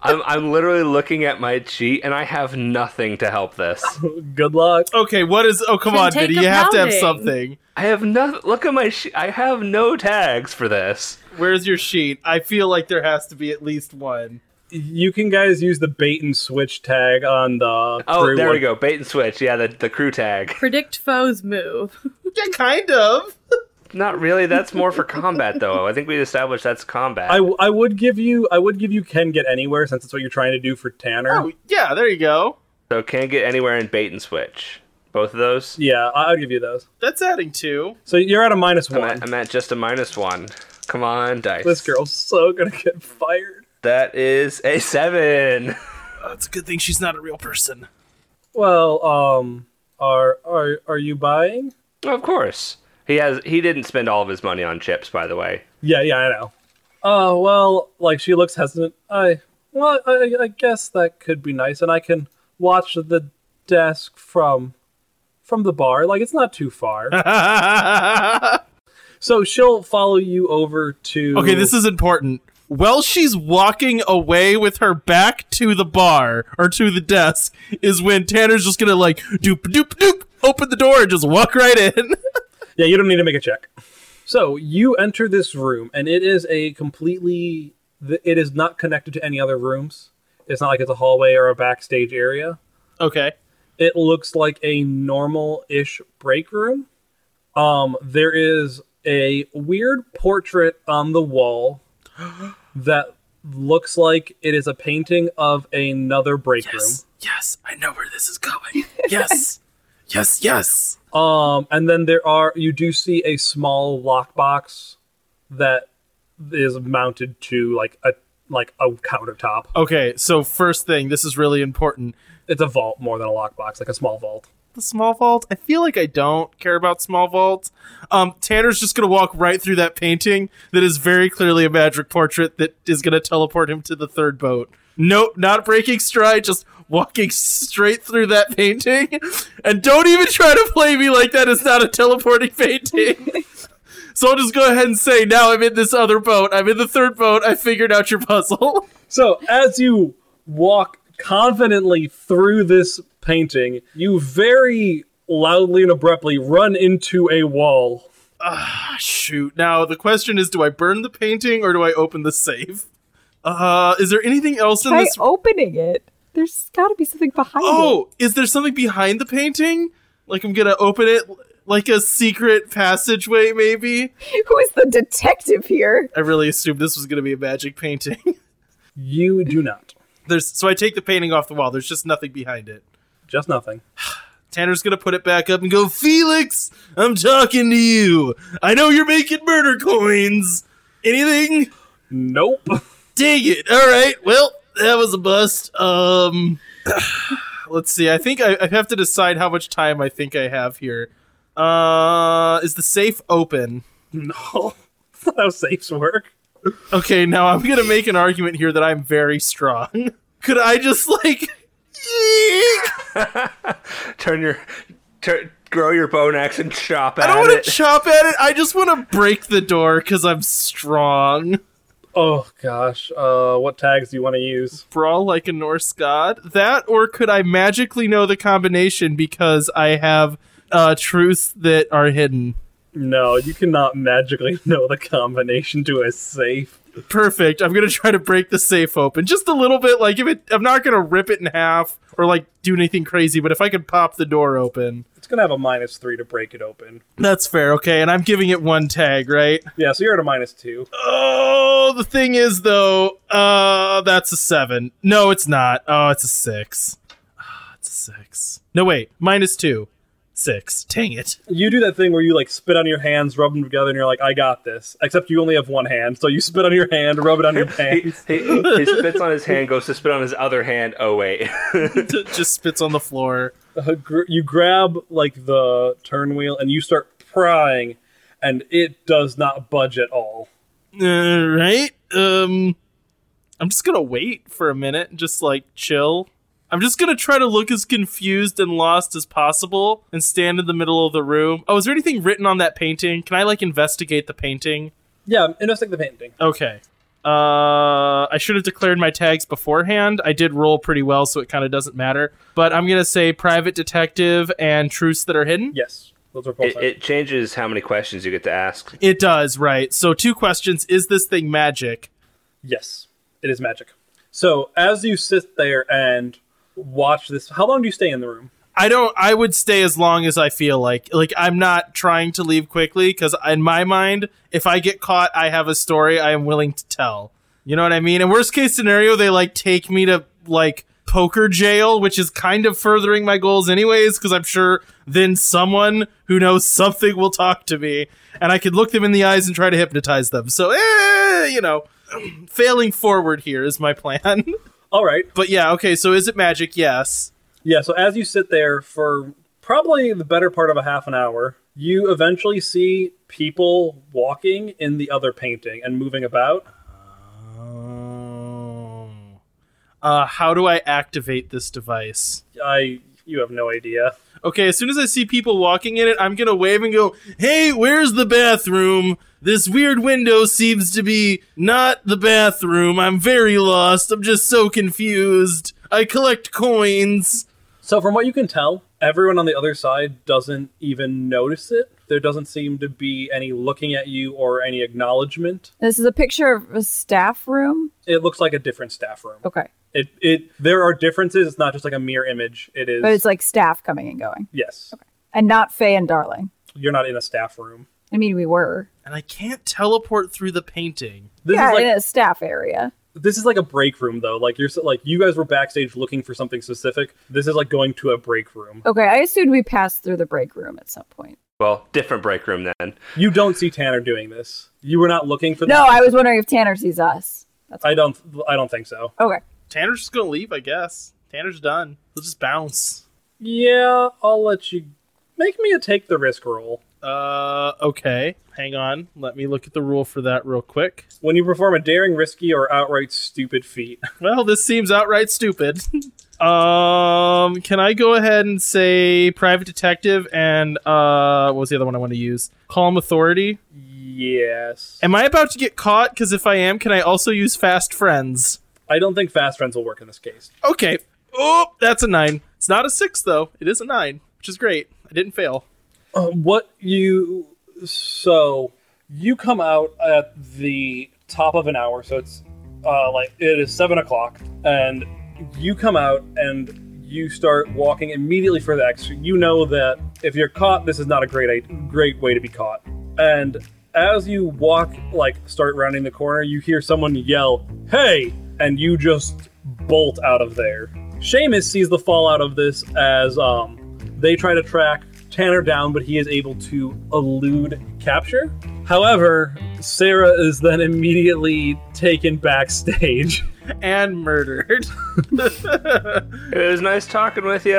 S6: I'm, I'm literally looking at my cheat and I have nothing to help this.
S2: Good luck.
S4: okay, what is. Oh, come
S5: Then
S4: on,
S5: take
S4: Vinny.
S5: a
S4: You have to have
S5: pounding.
S4: something.
S6: I have no look at my sheet. I have no tags for this.
S4: Where's your sheet? I feel like there has to be at least one.
S2: You can guys use the bait and switch tag on the.
S6: Oh,
S2: crew
S6: there
S2: one.
S6: we go. Bait and switch. Yeah, the, the crew tag.
S5: Predict foes move.
S4: Yeah, kind of.
S6: Not really. That's more for combat though. I think we established that's combat.
S2: I, I would give you I would give you can get anywhere since that's what you're trying to do for Tanner.
S4: Oh, yeah, there you go.
S6: so can't get anywhere in bait and switch. Both of those.
S2: Yeah, I- I'll give you those.
S4: That's adding two.
S2: So you're at a minus
S6: I'm
S2: one.
S6: at, I'm at just a minus one. Come on, dice.
S2: This girl's so gonna get fired.
S6: That is a seven.
S4: Oh, it's a good thing she's not a real person.
S2: Well, um, are are are you buying?
S6: Of course. He has. He didn't spend all of his money on chips, by the way.
S2: Yeah, yeah, I know. Oh well, like she looks hesitant. I well, I, I guess that could be nice, and I can watch the desk from from the bar. Like it's not too far, so she'll follow you over to.
S4: Okay, this is important. While she's walking away with her back to the bar or to the desk, is when Tanner's just gonna like doop doop doop, open the door and just walk right in.
S2: Yeah, you don't need to make a check. So you enter this room, and it is a completely. th- It is not connected to any other rooms. It's not like it's a hallway or a backstage area.
S4: okay.
S2: It looks like a normal-ish break room. Um, there is a weird portrait on the wall that looks like it is a painting of another break
S4: Yes. Yes, I know where this is going. Yes. yes, yes.
S2: room. Um, and then there are you do see a small lockbox that is mounted to like a like a countertop.
S4: Okay, so first thing, this is really important.
S2: It's a vault more than a lockbox, like a small vault.
S4: The small vault? I feel like I don't care about small vaults. Um, Tanner's just gonna walk right through that painting that is very clearly a magic portrait that is gonna teleport him to the third boat. Nope, not breaking stride, just walking straight through that painting. And don't even try to play me like that is not a teleporting painting. so I'll just go ahead and say now I'm in this other boat. I'm in the third boat. I figured out your puzzle.
S2: So, as you walk confidently through this painting, you very loudly and abruptly run into a wall.
S4: Shoot. Now the question is, do I burn the painting or do I open the safe? Uh, is there anything else in
S3: By
S4: this?
S3: opening it, there's got to be something behind it.
S4: oh, is there something behind the painting? Like I'm gonna open it l- like a secret passageway, maybe?
S3: Who is the detective here?
S4: I really assumed this was gonna be a magic painting.
S2: You do not.
S4: There's so I take the painting off the wall. There's just nothing behind it.
S2: Just nothing.
S4: Tanner's gonna put it back up and go, Felix, I'm talking to you. I know you're making murder coins. Anything?
S2: Nope.
S4: Dang it. All right. Well, that was a bust. Um let's see. I think I, I have to decide how much time I think I have here. Uh is the safe open?
S2: no. That's not how safes work.
S4: Okay, now I'm gonna make an argument here that I'm very strong. Could I just like
S6: Turn your, turn, grow your bone axe and chop at
S4: I don't
S6: it.
S4: want to chop at it. I just want to break the door because I'm strong.
S2: Oh, gosh. Uh, what tags do you want to use?
S4: Brawl like a Norse god. That, or could I magically know the combination because I have uh, truths that are hidden?
S2: No, you cannot magically know the combination to a safe.
S4: Perfect. I'm gonna try to break the safe open just a little bit. Like if it, I'm not gonna rip it in half or like do anything crazy. But if I could pop the door open,
S2: It's going to have a minus three to break it open.
S4: that's fair. Okay, and I'm giving it one tag, right?
S2: Yeah, so you're at a minus two.
S4: Oh, the thing is though, uh, that's a seven. No, it's not. Oh, it's a six. Ah, It's a six. No, wait, minus two, six. Dang it.
S2: you do that thing where you like spit on your hands, rub them together, and you're like, "I got this." Except you only have one hand, so you spit on your hand, rub it on your
S6: He,
S2: hands.
S6: he, he spits on his hand, goes to spit on his other hand. Oh wait,
S4: Just spits on the floor.
S2: Uh, gr- you grab like the turn wheel and you start prying, and it does not budge at all.
S4: All Uh, right. Um, I'm just gonna wait for a minute and just like chill. I'm just gonna try to look as confused and lost as possible and stand in the middle of the room. Oh, is there anything written on that painting? Can I like investigate the painting?
S2: Yeah, um, investigate the painting.
S4: Okay. Uh, I should have declared my tags beforehand. I did roll pretty well, so it kind of doesn't matter. But I'm gonna say private detective and truths that are hidden.
S2: Yes, those are both.
S6: it, it changes how many questions you get to ask.
S4: It does, right? So two questions: Is this thing magic?
S2: yes, it is magic. So as you sit there and watch this, how long do you stay in the room?
S4: I don't. I would stay as long as I feel like. Like I'm not trying to leave quickly because in my mind, if I get caught, I have a story I am willing to tell. You know what I mean? And worst case scenario, they like take me to like poker jail, which is kind of furthering my goals anyways, because I'm sure then someone who knows something will talk to me, and I could look them in the eyes and try to hypnotize them. So, eh, you know, failing forward here is my plan.
S2: All right.
S4: but yeah, okay. So is it magic? Yes.
S2: Yeah, so as you sit there for probably the better part of a half an hour, you eventually see people walking in the other painting and moving about.
S4: Um, uh, how do I activate this device?
S2: I you have no idea.
S4: Okay, as soon as I see people walking in it, I'm gonna wave and go, "Hey, where's the bathroom? This weird window seems to be not the bathroom. I'm very lost. I'm just so confused. I collect coins."
S2: So from what you can tell, everyone on the other side doesn't even notice it. There doesn't seem to be any looking at you or any acknowledgement.
S3: This is a picture of a staff room.
S2: It looks like a different staff room.
S3: Okay.
S2: It it there are differences. It's not just like a mere image. It is
S3: But it's like staff coming and going.
S2: yes.
S3: And not Faye and Darling.
S2: You're not in a staff room.
S3: I mean, we were.
S4: And I can't teleport through the painting.
S2: This
S3: yeah,
S2: is like
S3: in a staff area.
S2: this is like a break room though. Like you're s- like you guys were backstage looking for something specific. This is like going to a break room.
S3: Okay, I assumed we passed through the break room at some point.
S6: Well, different break room then.
S2: You don't see Tanner doing this. You were not looking for
S3: No,
S2: that.
S3: I was wondering if Tanner sees us.
S2: I don't I don't think so.
S3: Okay.
S4: Tanner's just gonna leave, I guess. Tanner's done. He'll just bounce.
S2: Yeah, I'll let you make me a take the risk roll.
S4: Uh, okay. Hang on. Let me look at the rule for that real quick.
S2: When you perform a daring, risky, or outright stupid feat.
S4: Well, this seems outright stupid. um, can I go ahead and say private detective and uh, what was the other one I want to use? Calm authority.
S2: Yes.
S4: Am I about to get caught? Because if I am, can I also use fast friends?
S2: I don't think fast friends will work in this case.
S4: Okay. Oh, that's a nine. It's not a six though. It is a nine, which is great. I didn't fail.
S2: Uh, what you so you come out at the top of an hour so it's uh, like it is seven o'clock and you come out and you start walking immediately for the exit you know that if you're caught this is not a great i- great way to be caught and as you walk like start rounding the corner you hear someone yell hey and you just bolt out of there Seamus sees the fallout of this as um, they try to track Tanner down, but he is able to elude capture. However, Sarah is then immediately taken backstage.
S4: And murdered.
S6: It was nice talking with you.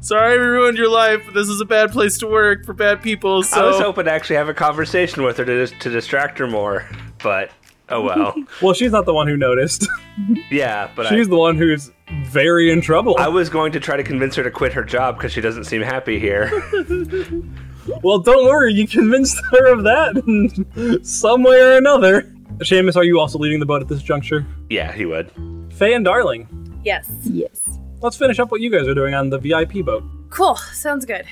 S4: Sorry we ruined your life. but This is a bad place to work for bad people. So
S6: I was hoping to actually have a conversation with her to, to distract her more, but oh well.
S2: Well, she's not the one who noticed.
S6: yeah, but I,
S2: she's the one who's very in trouble.
S6: I was going to try to convince her to quit her job because she doesn't seem happy here.
S2: well, don't worry, you convinced her of that in some way or another. Seamus, are you also leading the boat at this juncture?
S6: yeah, he would.
S2: Faye and Darling,
S5: Yes.
S3: Yes.
S2: let's finish up what you guys are doing on the VIP boat.
S5: Cool. Sounds good.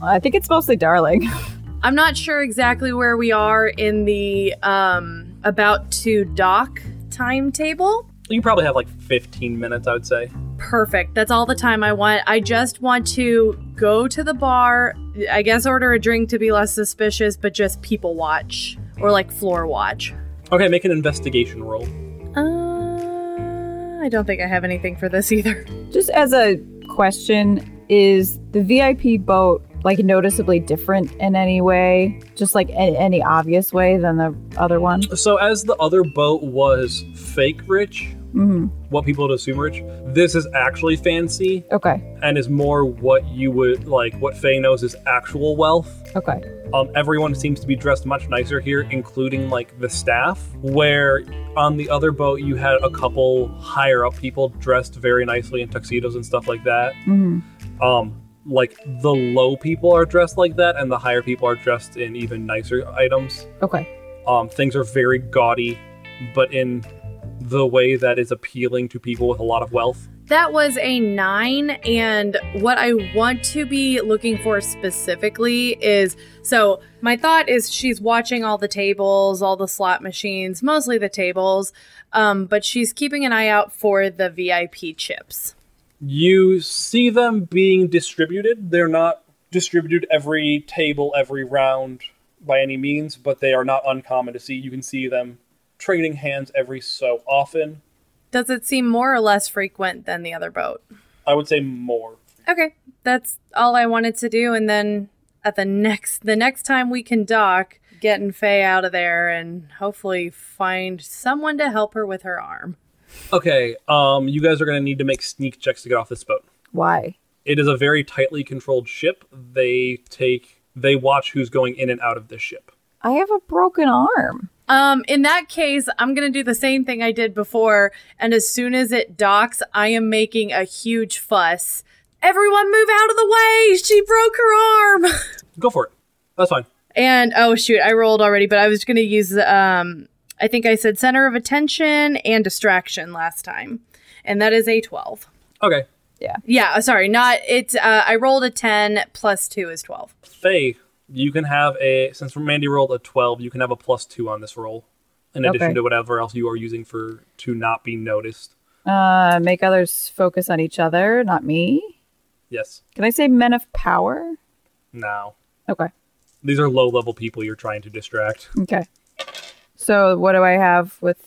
S3: I think it's mostly Darling.
S5: I'm not sure exactly where we are in the um, about to dock timetable.
S2: You probably have like 15 minutes, I would say.
S5: Perfect. That's all the time I want. I just want to go to the bar, I guess order a drink to be less suspicious, but just people watch or like floor watch.
S2: Okay, make an investigation roll.
S5: Uh, I don't think I have anything for this either.
S3: Just as a question, is the VIP boat like noticeably different in any way? Just like a- any obvious way than the other one?
S2: So, as the other boat was fake rich,
S3: hmm
S2: what people would assume rich, this is actually fancy
S3: Okay.
S2: and is more what you would like, what Faye knows is actual wealth.
S3: Okay.
S2: Um, everyone seems to be dressed much nicer here, including like the staff, where on the other boat you had a couple higher up people dressed very nicely in tuxedos and stuff like that.
S3: hmm
S2: Um, like the low people are dressed like that, and the higher people are dressed in even nicer items.
S3: Okay.
S2: Um, things are very gaudy, but in the way that is appealing to people with a lot of wealth.
S5: That was a nine. And what I want to be looking for specifically is so my thought is she's watching all the tables, all the slot machines, mostly the tables, um, but she's keeping an eye out for the VIP chips.
S2: You see them being distributed. They're not distributed every table, every round by any means, but they are not uncommon to see. You can see them trading hands every so often.
S5: Does it seem more or less frequent than the other boat?
S2: I would say more.
S5: Okay, that's all I wanted to do, and then at the next the next time we can dock, getting Faye out of there, and hopefully find someone to help her with her arm.
S2: Okay, um, you guys are going to need to make sneak checks to get off this boat.
S3: Why?
S2: It is a very tightly controlled ship. They take they watch who's going in and out of this ship.
S3: I have a broken arm.
S5: Um, in that case, I'm gonna do the same thing I did before, and as soon as it docks, I am making a huge fuss. Everyone, move out of the way! She broke her arm.
S2: Go for it. That's fine.
S5: And oh shoot, I rolled already, but I was going to use um I think I said center of attention and distraction last time. And that is a 12.
S2: Okay.
S5: Yeah, uh, sorry, not it's uh, I rolled a 10 plus 2 is 12.
S2: Faye, you can have a since Mandy rolled a twelve, you can have a plus two on this roll, in addition
S3: Okay.
S2: to whatever else you are using for to not be noticed.
S3: Uh, make others focus on each other, not me.
S2: Yes.
S3: Can I say men of power?
S2: Now.
S3: Okay.
S2: These are low level people you're trying to distract.
S3: Okay. So what do I have with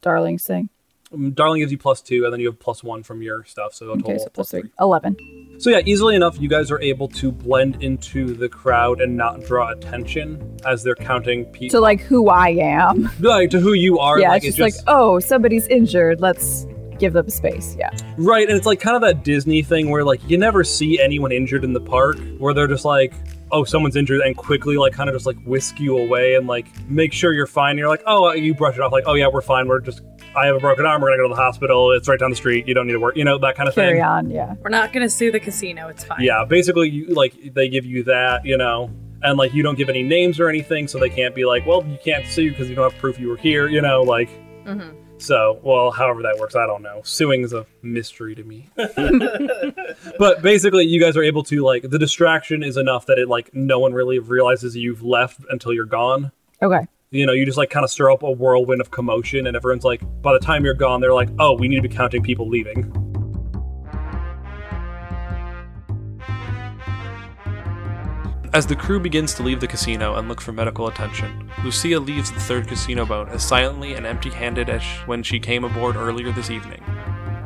S3: Darling's thing?
S2: Um, Darling gives you plus two, and then you have plus one from your stuff, so a total
S3: Okay,
S2: of
S3: so
S2: plus
S3: plus
S2: Oh, three.
S3: three. Eleven.
S2: So yeah, easily enough, you guys are able to blend into the crowd and not draw attention as they're counting
S3: To
S2: people
S3: like who I am.
S2: like, to who you are.
S3: yeah,
S2: like,
S3: it's just, like, oh, somebody's injured. Let's give them space. Yeah.
S2: Right, and it's like kind of that Disney thing where like you never see anyone injured in the park, where they're just like, oh, someone's injured, and quickly like kind of just like whisk you away and like make sure you're fine. And you're like, oh, you brush it off, like, oh yeah, we're fine. We're just, I have a broken arm. We're gonna go to the hospital. It's right down the street. You don't need to work. You know that kind of
S3: Carry
S2: thing.
S3: on. Yeah.
S5: We're not going to sue the casino, it's fine.
S2: Yeah, basically, you like they give you that, you know, and like you don't give any names or anything, so they can't be like, well, you can't sue because you don't have proof you were here, you know, like.
S5: Mhm.
S2: So, well, however that works, I don't know. Suing is a mystery to me. but basically, you guys are able to like the distraction is enough that it like no one really realizes you've left until you're gone.
S3: Okay.
S2: You know, you just like kind of stir up a whirlwind of commotion, and everyone's like, by the time you're gone, they're like, oh, we need to be counting people leaving.
S1: As the crew begins to leave the casino and look for medical attention, Lucia leaves the third casino boat as silently and empty handed as sh- when she came aboard earlier this evening.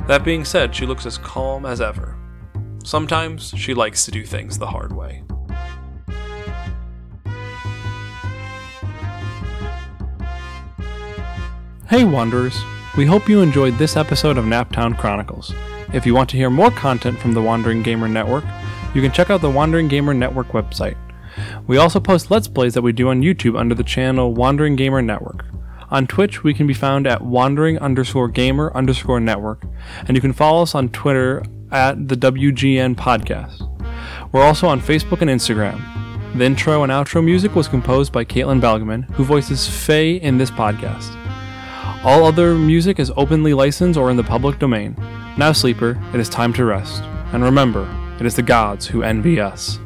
S1: That being said, she looks as calm as ever. Sometimes she likes to do things the hard way. Hey, Wanderers! We hope you enjoyed this episode of Naptown Chronicles. If you want to hear more content from the Wandering Gamer Network, you can check out the Wandering Gamer Network website. We also post Let's Plays that we do on YouTube under the channel Wandering Gamer Network. On Twitch, we can be found at wandering underscore gamer underscore network, and you can follow us on Twitter at the WGN Podcast. We're also on Facebook and Instagram. The intro and outro music was composed by Caitlin Balgaman, who voices Faye in this podcast. All other music is openly licensed or in the public domain. Now, sleeper, it is time to rest. And remember, it is the gods who envy us.